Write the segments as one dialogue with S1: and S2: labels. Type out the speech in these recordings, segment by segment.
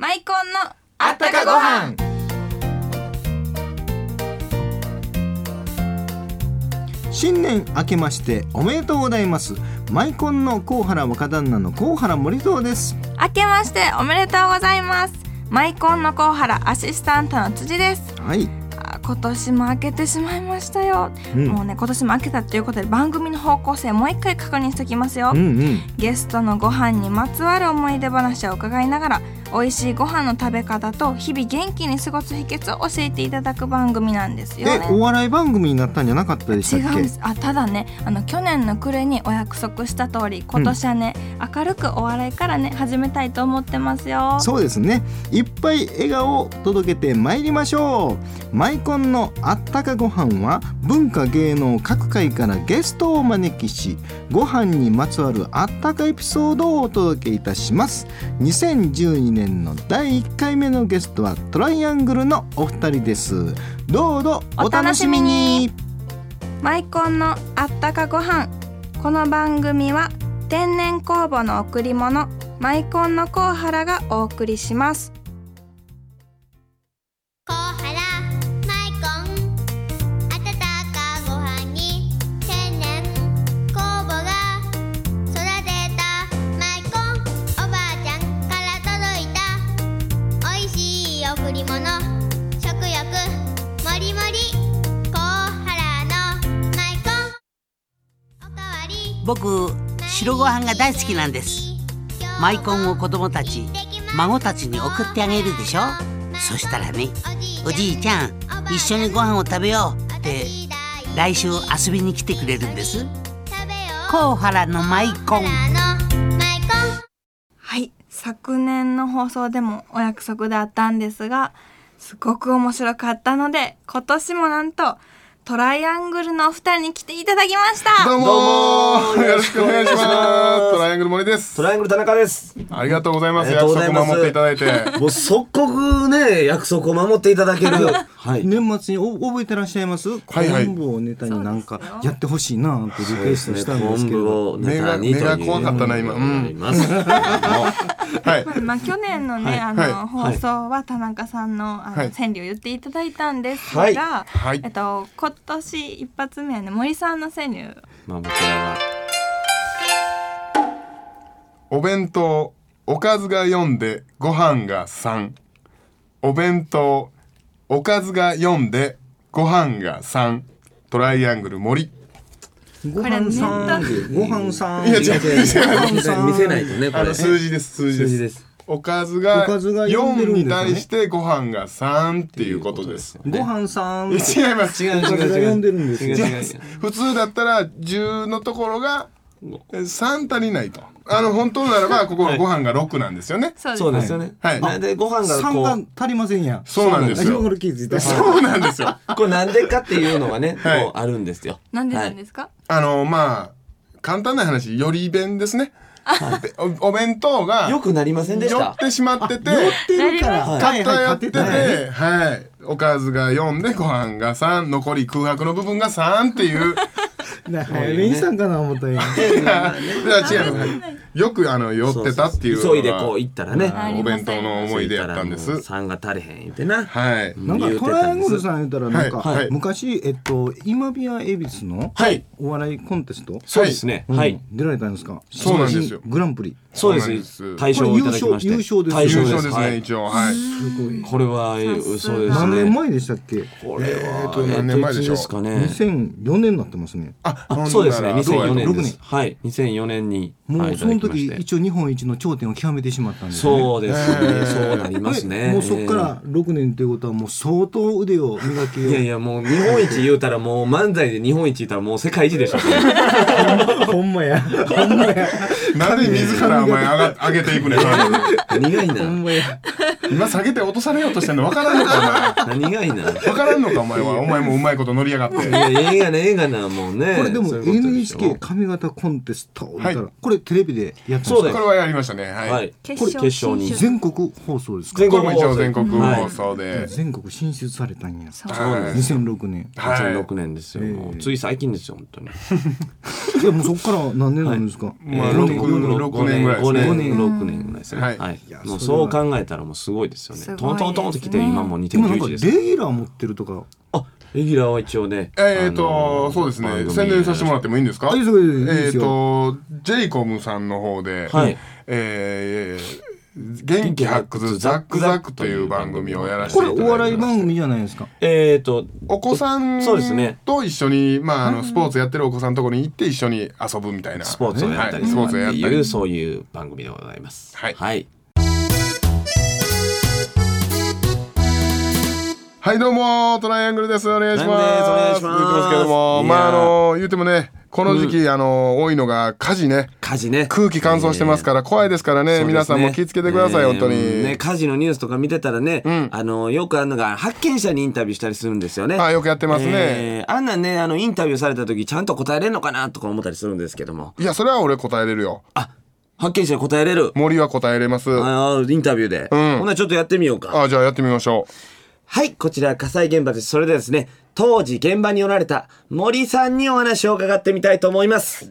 S1: アイコンの
S2: あったかご飯
S3: 新年明けましておめでとうございますマイコンの高原若旦那の高原森蔵です
S1: 明けましておめでとうございますマイコンのコウハラアシスタントの辻です
S3: はい
S1: あ今年も明けてしまいましたよ、
S3: うん
S1: もうね今年も明けたということで番組の方向性もう一回確認しておきますよ、
S3: うんうん
S1: ゲストのご飯にまつわる思い出話を伺いながら美味しいご飯の食べ方と日々元気に過ごす秘訣を教えていただく番組なんですよ
S3: え
S1: ね
S3: お笑い番組になったんじゃなかったでし
S1: 違
S3: たっ
S1: うん
S3: け
S1: ですあただねあの去年の暮れにお約束した通り今年はね、明るくお笑いからね始めたいと思ってますよ
S3: そうですねいっぱい笑顔を届けてまいりましょうマイコンのあったかご飯は文化芸能各界からゲストをお招きしご飯にまつわるあったかエピソードをお届けいたします2012年の第1回目のゲストはトライアングルのお二人ですどうぞお楽しみに
S1: マイコンのあったかご飯この番組は天然酵母の贈り物マイコンのコウハラがお送りします
S4: コウハラマイコン温かご飯に天然酵母が育てたマイコンおばあちゃんから届いたおいしい贈り物食欲もりもりコウハラのマイコンおかわり
S2: 僕白ご飯が大好きなんですマイコンを子供たち孫たちに送ってあげるでしょそしたらねおじいちゃん一緒にご飯を食べようって来週遊びに来てくれるんです甲原のマイコン
S1: はい昨年の放送でもお約束であったんですがすごく面白かったので今年もなんとトライアングルのお二人に来ていただきました
S5: どうもーよろしくお願いします。トライアングル森です
S6: ト。ライアングル田中です。
S5: ありがとうございま
S6: あ
S5: す。
S6: りがとう
S5: 約
S6: ござ
S5: 束
S6: います
S5: 守っていただいて。
S6: もう即刻ね、約束を守っていただける。はい。
S3: 年末にお覚えてらっしゃいます
S5: はいはい
S3: 昆布をネタになん
S1: そ
S3: か
S1: うですよ
S3: やってほしいなってリクエストしたんですけ
S6: 昆
S3: ど、
S6: 布をネタに
S5: 目が目が怖かったな今うん
S6: います。
S5: はい。
S1: まあ、去年のね、
S3: はい
S1: あの、
S6: はい
S1: 放送は田中さんの、あの、
S5: はい
S1: 川柳を言っていただいたんですが。
S6: はい
S5: はい
S1: えっと、今年一発目はね、森さんの川柳。
S6: まあ、こちらは。
S5: お弁当、おかずが4で、ご飯が3。お弁当、おかずが4で、ご飯が3。トライアングル森。
S3: ご
S1: これ
S3: 飯
S1: ネ
S3: さ
S1: タ
S3: んご飯さん
S5: いや違う違う
S3: ご飯さん
S6: 見せないとね、こ
S5: あ
S6: れ
S5: の
S6: ね。
S5: 数字です、数字です。
S6: 数字です
S5: おかずが
S3: おかずが四で
S5: 4
S3: るんです
S5: に
S3: ね
S5: 対してご飯が3っていうことです。
S3: ご飯さん
S5: いや違います。
S3: おかずが呼んでるんですよ
S5: 普通だったら10のところが3足りないとあの本当ならばここはご飯が6なんですよね、
S1: そうです
S6: そうですよね。
S5: はい
S6: なんで、ご飯が
S3: 三
S6: こ
S3: が
S6: う。
S3: 足りませんや
S5: そうなんです
S3: あよ
S5: よ
S3: く気づいた
S5: そうなんですよ
S6: これなんでかっていうのがね、
S5: はい
S6: こうあるんですよ。
S1: なんでなん
S6: は
S1: で
S6: い
S1: すか。
S5: あのまあ簡単な話より弁ですねでおお弁当が
S6: よ
S5: 寄
S6: くなりませんでした
S5: っ。てしまってて
S3: やってるから
S6: はい
S5: たったやってて、
S3: はいはい勝
S5: はい、おかずが4でご飯が3残り空白の部分が3っていう
S3: 手だから早めにしたんかな思ったよ
S5: いや違いますよくあの寄ってたっていうのが
S6: 急いでこう行ったらね。
S1: はい
S5: お弁当の思い出やったんです
S6: 酸が足れへん言ってな。
S5: はい
S3: なんか
S6: 言うて
S3: トライ
S6: た
S3: ア
S6: ん
S3: ン
S6: です
S3: グルさん言ったらなんか、
S5: はいはい
S3: 昔えっと今宮恵比寿の
S6: はい。
S3: お笑いコンテスト、
S6: そうですね。
S3: うん
S6: はい。
S3: 出られたんですか
S5: そうなんですよ
S3: 新人グランプリ
S6: そう
S5: そうなん
S6: で
S5: です
S6: す。大賞をいただきまして。
S3: これ優勝優勝です
S6: 大
S5: 優
S6: 賞
S5: 勝ですね、
S6: はい
S5: 一応はい
S3: すごい
S6: これは、え
S1: さ
S6: ー
S1: すが
S6: そうですね。
S3: 何年前でしたっけ
S6: これは、え
S5: と何年前でしょう
S6: いつですかね。
S3: 2004年になってますね
S5: あ
S6: あそうですね、2004年
S3: ど
S6: で
S3: うや
S6: す
S3: っ。
S6: はい、2004年に。
S3: も
S6: はいうい
S3: そ
S6: ただ
S3: の
S6: きま
S3: 時
S6: して
S3: 一応日本一の頂点を極めてしまったんですよね
S6: そうですね、そうなりますね。
S3: もうそこから6年ということはもう相当腕を磨き
S6: えー。いやいや、もう日本一言うたら、もう漫才で日本一言ったら、もう世界 一でしょ。
S3: ほんまやほんまや
S5: なんで自らお前上が上げていくねん
S6: 何がいい
S3: ほ
S6: な。
S3: んまや
S5: 今下げて落とされようとしてんの分からんのか
S6: 何がいいな。
S5: お前分からんのかお前はお前もうまいこと乗りやがって
S6: いや、映画ね、映画な、もうね。
S3: これでも
S6: そういうことでしょ
S3: NHK 髪型コンテスト言ったら
S5: は
S3: これテレビでやってます
S6: そうだ
S3: か
S6: よ
S5: これはやりましたねはい、
S6: はい。
S1: 決勝
S6: これ決勝に。
S3: 全国放送ですか
S6: 全
S5: これも一応全国
S6: はい
S5: 放送で、
S3: 全国進出されたんや
S1: そう
S5: はい
S3: 2006年
S5: はい
S6: 2006年ですよ。も
S3: え
S6: う
S3: え
S6: つい最近ですよ、本当に。
S3: いやもうそこから何年なんですか。
S5: まあ六六年ぐらいですね
S6: 5年6年ぐらいですね。
S5: はい
S6: はい
S3: いや。
S6: もう
S3: それ
S6: そ
S3: は
S6: う考えたらもうすごいですよ
S1: すごい
S6: ね。
S1: ですね
S6: トントントンってきて今もう
S3: 今なん
S6: 2.91
S3: かレ
S6: で
S3: ギ
S6: す。
S3: ュラー持ってるとか。
S6: あ、レギュラーは一応ね。
S5: えっ
S6: あの
S5: と、
S6: ー
S5: そうです
S6: 番
S5: ね。
S6: 組
S5: 宣伝させてもらってもいいんですか
S3: あいいですよいい
S5: え
S3: です
S5: っと
S3: よ、
S5: ジェイコムさんの方で、
S6: はい
S5: えー元気発掘ザックザックという番組をやらせて
S3: これ
S5: いただいて
S3: お笑い番組じゃないですか。
S6: えっと、
S5: お子さん
S6: そうですね
S5: と一緒に、まあ、あのスポーツやってるお子さんのところに行って一緒に遊ぶみたいな
S6: スポーツをやったり
S5: はい、ス
S6: と
S5: ポ
S6: か
S5: ーツをや
S6: って
S5: った
S6: い
S5: り
S6: う、そういう番組でございます。
S5: はい
S6: はい。
S5: はいどうもトライアングルですお願いします
S6: お願いします
S5: 言ってますけども
S6: いやー
S5: まああの言ってもねこの時期、あの多いのが火事ね
S6: 火事ね。
S5: 空気乾燥してますから、怖いですからね
S6: そうですね
S5: 皆さんも気をつけてください、
S6: えー
S5: 本当に、
S6: ね、火事のニュースとか見てたらね、
S5: ん
S6: あの、よくあるのが、発見者にインタビューしたりするんですよね。
S5: あよくやってますね
S6: えーあんなんね、あの、インタビューされた時、ちゃんと答えれんのかなとか思ったりするんですけども。
S5: いやそれは俺答えれるよ
S6: あ、発見者に答えれる。
S5: 森は答えれますあ
S6: あーインタビューで。
S5: ん
S6: ほんならちょっとやってみようか。
S5: じゃあやってみましょ
S6: はい、こちら火災現場です。それではですね、当時現場におられた森さんにお話を伺ってみたいと思います。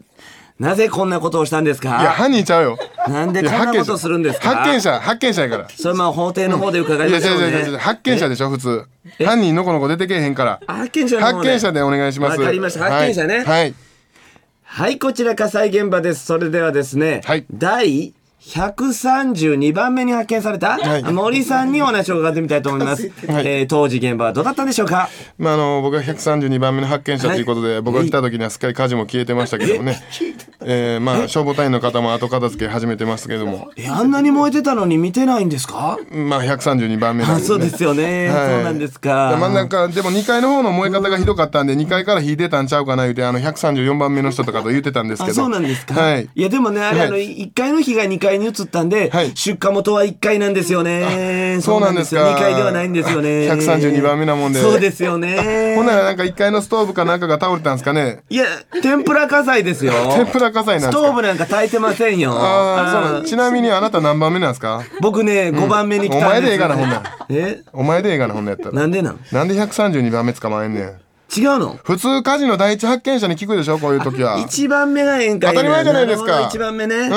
S6: なぜこんなことをしたんです
S5: ういや
S6: か
S5: 犯人ちゃうよ
S6: なんで
S5: いや
S6: こんな
S5: 発見
S6: こ
S5: 者
S6: とするんですか
S5: 発見者発見者やから
S6: それまあ法廷の方で伺い
S5: いや
S6: ま
S5: 違
S6: しょう
S5: う違う違う違う
S6: ね。
S5: 発見者でしょ普通犯人のこの子出てけえへんから
S6: あ発見者の
S5: 発
S6: 方
S5: 見者でお願いします
S6: わかりました発見者ね
S5: はいはい
S6: はい、こちら火災現場です。それではですね、
S5: はい
S6: 第132番目に発見された、
S5: はい
S6: 森さんにお話を伺ってみたいと思います。
S5: はい
S6: えー当時現場はどうだったんでしょうか
S5: まああの僕が132番目の発見者ということで、僕が来た時にはすっかり火事も消えてましたけどもねえー、まあ消防隊員の方も後片付け始めてますけども
S6: え、あんなに燃えてたのに見てないんですか
S5: まあ132番目なん
S6: あ
S5: で
S6: そうですよね、
S5: はい
S6: そうなんですか。
S5: で真ん中でも2階の方の燃え方がひどかったんで2階から火出たんちゃうかな言うてあの134番目の人とかと言ってたんですけ
S6: あ
S5: ど
S6: そうなんですか、
S5: はい
S6: やでもねあれ、
S5: はい
S6: あの1階の火が2階に移ったんで、
S5: はい
S6: 出火元は1階なんですよね
S5: そうなんですか
S6: 2階ではないんですよね
S5: 132番目なもんで
S6: そうですよね
S5: ほんならなんか1階のストーブかなんかが倒れたんですかね
S6: いや天ぷら火災ですよ
S5: 天ぷら火災なんですか
S6: ストーブなんか炊いてませんよ
S5: ああそうなん
S6: あー
S5: ちなみにあなた何番目なんですか
S6: 僕ね5番目に来た
S5: お前
S6: んです、
S5: でええがなほんなら
S6: え
S5: お前でええがなほんなんやった
S6: な
S5: ら
S6: んでなん
S5: なんで132番目捕まえんねん
S6: 違うの
S5: 普通火事の第一発見者に聞くでしょこういう時は
S6: 一番目が宴会
S5: 当たり前じゃないですか
S6: 1番目ね、
S5: ん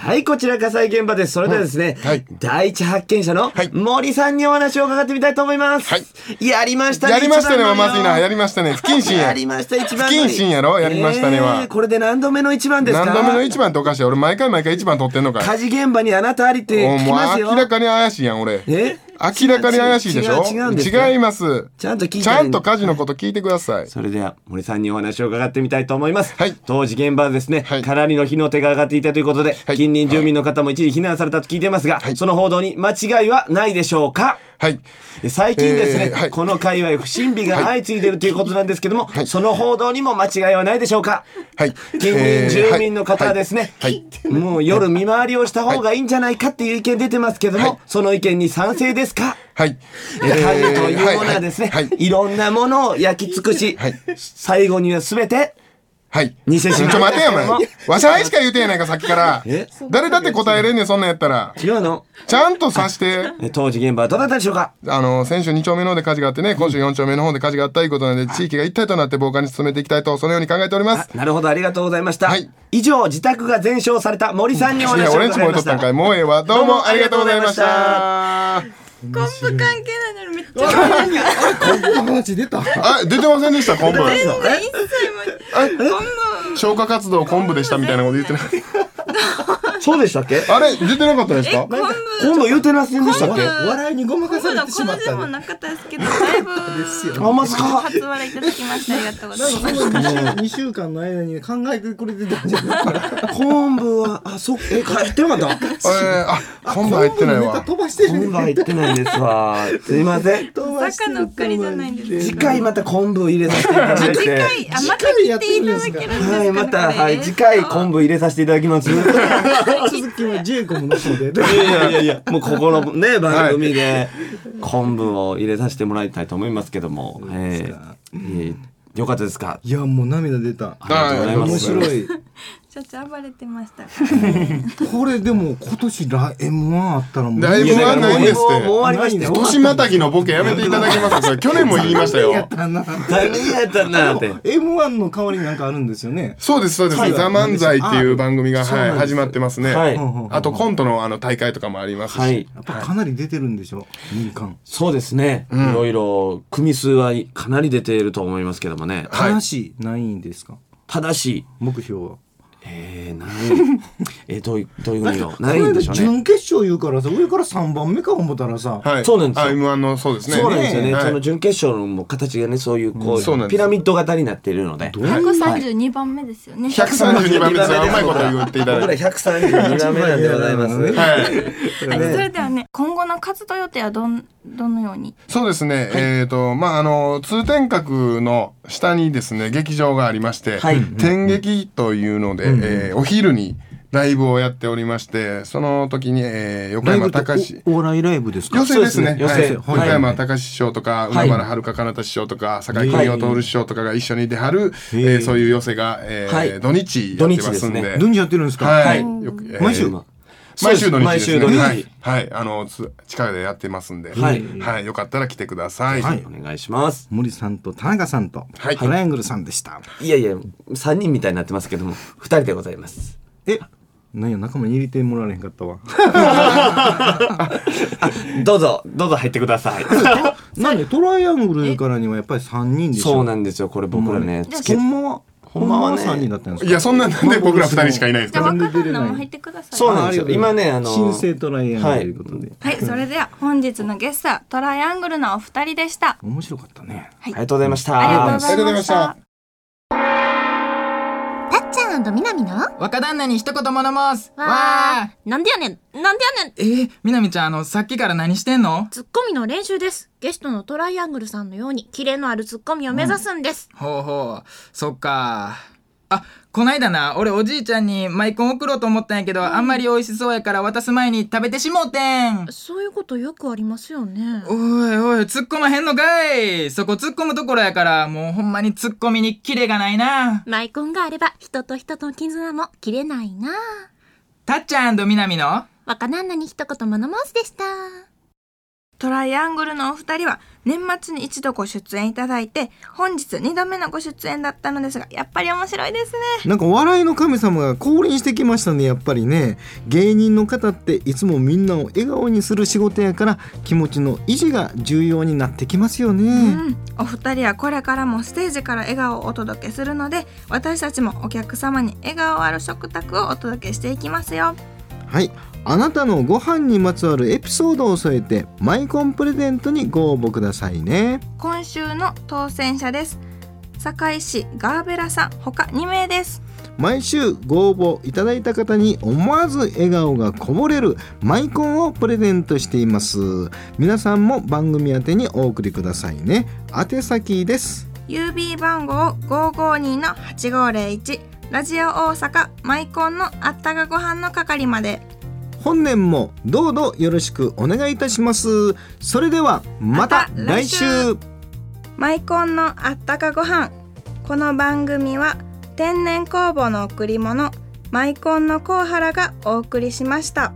S6: はいこちら火災現場ですそれではですね、
S5: はい
S6: 第一発見者の
S5: はい
S6: 森さんにお話を伺ってみたいと思います、
S5: はい
S6: やりましたね
S5: やりましたね
S6: 一
S5: は
S6: 番乗り
S5: まずいなやりましたね不謹慎
S6: や
S5: や
S6: りました一番乗り
S5: 不謹慎やろやりましたねは
S6: これで何度目の一番ですか
S5: 何度目の一番っておかしい俺毎回毎回一番取ってんのかい
S6: 火事現場にあなたありって
S5: お
S6: 聞き
S5: もう
S6: ますよ
S5: 明らかに怪しいやん俺
S6: え
S5: 明らかに怪しいでしょ
S6: 違う違うんですか
S5: 違います
S6: ちゃんと聞いて
S5: ちゃんと火事のこと聞いてください
S6: それでは森さんにお話を伺ってみたいと思います、
S5: はい
S6: 当時現場はですね、
S5: はい
S6: かなりの火の手が上がっていたということで、
S5: はい
S6: 近隣住民の方も一時避難されたと聞いてますが、
S5: はい
S6: その報道に間違いはないでしょうか
S5: はい
S6: 最近ですね、
S5: えーはい
S6: この界隈不審火が相次いでいるということなんですけども、
S5: い
S6: その報道にも間違いはないでしょうか
S5: はい
S6: 近隣住民の方はですね、
S5: えーはいはい
S6: もう夜見回りをした方がいいんじゃないかっていう意見出てますけども、その意見に賛成ですか
S5: はい
S6: えー家事というも のはですね、
S5: はいいはい
S6: ろんなものを焼き尽くし、
S5: はい
S6: 最後には全て
S5: はい。
S6: 偽しま
S5: ち
S6: す
S5: ょ、待てよ、お前。わしゃいしか言うてへんやないか、さっきから
S6: え。
S5: 誰だって答えれんねん、そんなんやったら。
S6: 違うの
S5: ちゃんとさして。
S6: え当時現場はどうだったでしょうか
S5: あの、先週2丁目の方で火事があってね、今週4丁目の方で火事があったということなので、地域が一体となって防火に進めていきたいと、そのように考えておりま
S6: あ
S5: す。
S6: なるほどありがとうございました、
S5: はい
S6: 以上自宅が全焼された森さんにお
S5: い
S6: 話
S5: や、
S6: を伺
S5: 俺
S6: い
S5: ん
S6: ま
S5: ち燃えと
S6: し
S5: った
S6: た
S5: んかい。もうええわ。どうもありがとうございまし
S6: あ
S5: た。
S1: コンプ関係ないのにめっちゃ面白い
S3: こんな話出た。
S5: あ、出てませんでした、昆布。
S1: 一切もうこんな
S5: 消火活動昆布でしたみたいなこと言ってない。
S6: そうでしたっけ
S5: あれ、出てなかったですか
S1: 昆布
S6: 今度言うてませんでしたっけ
S1: 昆
S3: 笑いにごまか
S1: 布
S3: され
S1: の
S3: てし
S1: こ
S3: ま
S1: の
S3: っ
S1: 字
S3: た
S1: も
S3: ね。
S1: なかったですけどだいぶ
S3: ですよ。
S6: あんまっすか
S1: 初笑いいただきましてありがとうございます
S3: この二週間の間に考えてくれてたんじゃないかな。
S6: 昆布はあそっえ入ってな かった
S5: えーあ、昆布入ってない
S3: ネタ
S5: わ。
S3: 飛ばして
S6: 昆
S3: る
S6: 布。入ってないんですわすいません
S3: 飛ばしてる
S1: 坂のっかりじゃないんです
S6: 次回また昆布入れさせていただい
S1: 次
S6: て
S1: 回あまた来ていただけるんですかね
S6: はいまた
S1: こ
S6: は
S1: れ
S6: い次回昆布入れさせていただきます い
S3: 続きはジェイコムの方で。
S6: やいやいやもうここのね番組で昆布を入れさせてもらいたいと思いますけどもえーえーよかったですか
S3: いやもう涙出た。
S6: ありがとうございま
S3: 面
S6: す
S3: 白い。
S1: ちたち暴れてましたか
S3: これでも今年来 M1 あったらもう
S5: だいぶ
S6: やだから
S5: ないんですって
S6: もうもう終わりましたよ。
S5: 年またぎのボケやめていただけますかそれ去年も言いました
S3: や
S5: よ
S3: っ。たな。
S6: 大変やったなって。
S3: M1 の代わりになんかあるんですよね。
S5: そうです、そうです。
S3: はい
S5: ザ・漫才っていう番組が、
S3: そうなん
S5: はい、
S3: です
S5: 始まってますね。
S6: はい
S5: あと、コントのあの大会とかもありますし。
S6: はい。
S3: やっぱかなり出てるんでしょ民間。
S6: そうですね。いろいろ、組数はかなり出ていると思いますけどもね。
S5: はい
S3: 正しいないんですか
S6: ただし、
S3: 目標は。
S6: えー、何えー、どういう、どういう意味をないんでしょうね。
S3: 準決勝言うからさ、上から3番目か思ったらさ、
S5: はい。
S6: そうなんですよ
S5: あ M1 の、そうですね。
S6: そうなんですよね。
S5: はい
S6: その準決勝のも形がね、そういう、こ
S5: そうなん
S6: う、
S5: です
S6: ピラミッド型になっているので。
S1: ら132番目ですよね
S5: 132番目です。うまいこと言っていた
S6: 僕
S5: だ
S6: ら
S5: いて。
S6: 132番目なんでございます。
S3: はい
S5: はい。
S1: はい、それではね今後の活動予定はどんどのように
S5: そうですね。えっ、と、まあ、あの、通天閣の下にですね、劇場がありまして、
S6: はい
S5: 天劇というので、えーお昼にライブをやっておりまして、その時に、えー横
S3: ライ
S5: 山
S3: ブと
S5: 隆史。
S3: おお笑いライブですか
S5: 寄席ですね。
S6: そうです
S5: は
S6: ね
S5: い
S6: 寄席
S5: 横
S6: はい
S5: 山隆史師匠とか、
S6: はい
S5: 海原遥かなた師匠とか、坂井邦夫徹師匠とかが一緒に出はる、えーそういう寄席が、えー
S6: はい
S5: 土日やってますんで。
S6: 土日ですね
S3: どんじやってるんですか
S5: はい。
S6: は
S5: よくえー
S3: 毎週
S5: 毎週土日ですね。
S6: 毎週土日
S5: はい。はい。あの、つ地下でやってますんで。
S6: はい
S5: はい。よかったら来てください。
S3: はい
S6: お願いします。
S3: 森さんと田中さんと、
S5: はい
S3: トライアングルさんでした。
S6: いやいや、3人みたいになってますけども、2人でございます。
S3: え、なんや、仲間に入れてもらわれへんかったわ。
S6: どうぞ、どうぞ入ってく ださい。
S3: なんで、トライアングルからにはやっぱり三人でしょ
S6: そうなんですよ、これ僕らね、チケ
S3: ほんまは、ほんまは
S6: ほんまは
S3: 3
S6: ね
S3: 人だったんですか
S5: いや、そんなんなんで僕ら二人しかいないんです
S1: じゃ
S5: か
S1: あ
S5: ら。
S1: 若旦那も入ってください
S6: そうなんですよ
S3: あありがとうございます
S6: 今ねあの
S3: 新生トライアングルということで。
S1: はいそれでは本日のゲストはトライアングルのお二人でした
S3: 面白かったね。
S6: ありがとうございました。
S1: ありがとうござ
S5: ありがとう
S1: いま
S5: ございま
S1: し
S5: したた
S7: たっちゃん南のわ
S8: 若旦那に一言物申す
S7: あなんでやねんなんでやねん
S8: えー、みなみちゃんあのさっきから何してんの
S7: ツッコミの練習ですゲストのトライアングルさんのようにキレのあるツッコミを目指すんです、
S8: ほうほうそっかあこないだな俺おじいちゃんにマイコン送ろうと思ったんやけど、あんまり美味しそうやから渡す前に食べてしもうてん
S7: そういうことよくありますよね
S8: おいおい突っ込まへんのかいそこ突っ込むところやからもうほんまに突っ込みにキレがないな
S7: マイコンがあれば人と人との絆も切れないな
S8: たっちゃんみなみの
S7: 若旦那に一言物申すでした
S1: トライアングルのお二人は年末に一度ご出演いただいて本日2度目のご出演だったのですがやっぱり面白いですね
S3: なんかお笑いの神様が降臨してきましたねやっぱりね芸人の方っていつもみんなを笑顔にする仕事やから気持ちの維持が重要になってきますよね、
S1: お二人はこれからもステージから笑顔をお届けするので私たちもお客様に笑顔ある食卓をお届けしていきますよ
S3: はいあなたのご飯にまつわるエピソードを添えてマイコンプレゼントにご応募くださいね
S1: 今週の当選者です堺市ガーベラさん他2名です
S3: 毎週ご応募いただいた方に思わず笑顔がこぼれるマイコンをプレゼントしています皆さんも番組宛てにお送りくださいね宛先です
S1: 郵便番号552-8501ラジオ大阪マイコンのあったかご飯の係まで
S3: 本年もどうぞよろしくお願いいたしますそれではま
S1: ま
S3: た
S1: た来
S3: 来
S1: 週
S3: 週
S1: マイコンのあったかご飯この番組は天然酵母の贈り物マイコンのコウハラがお送りしました。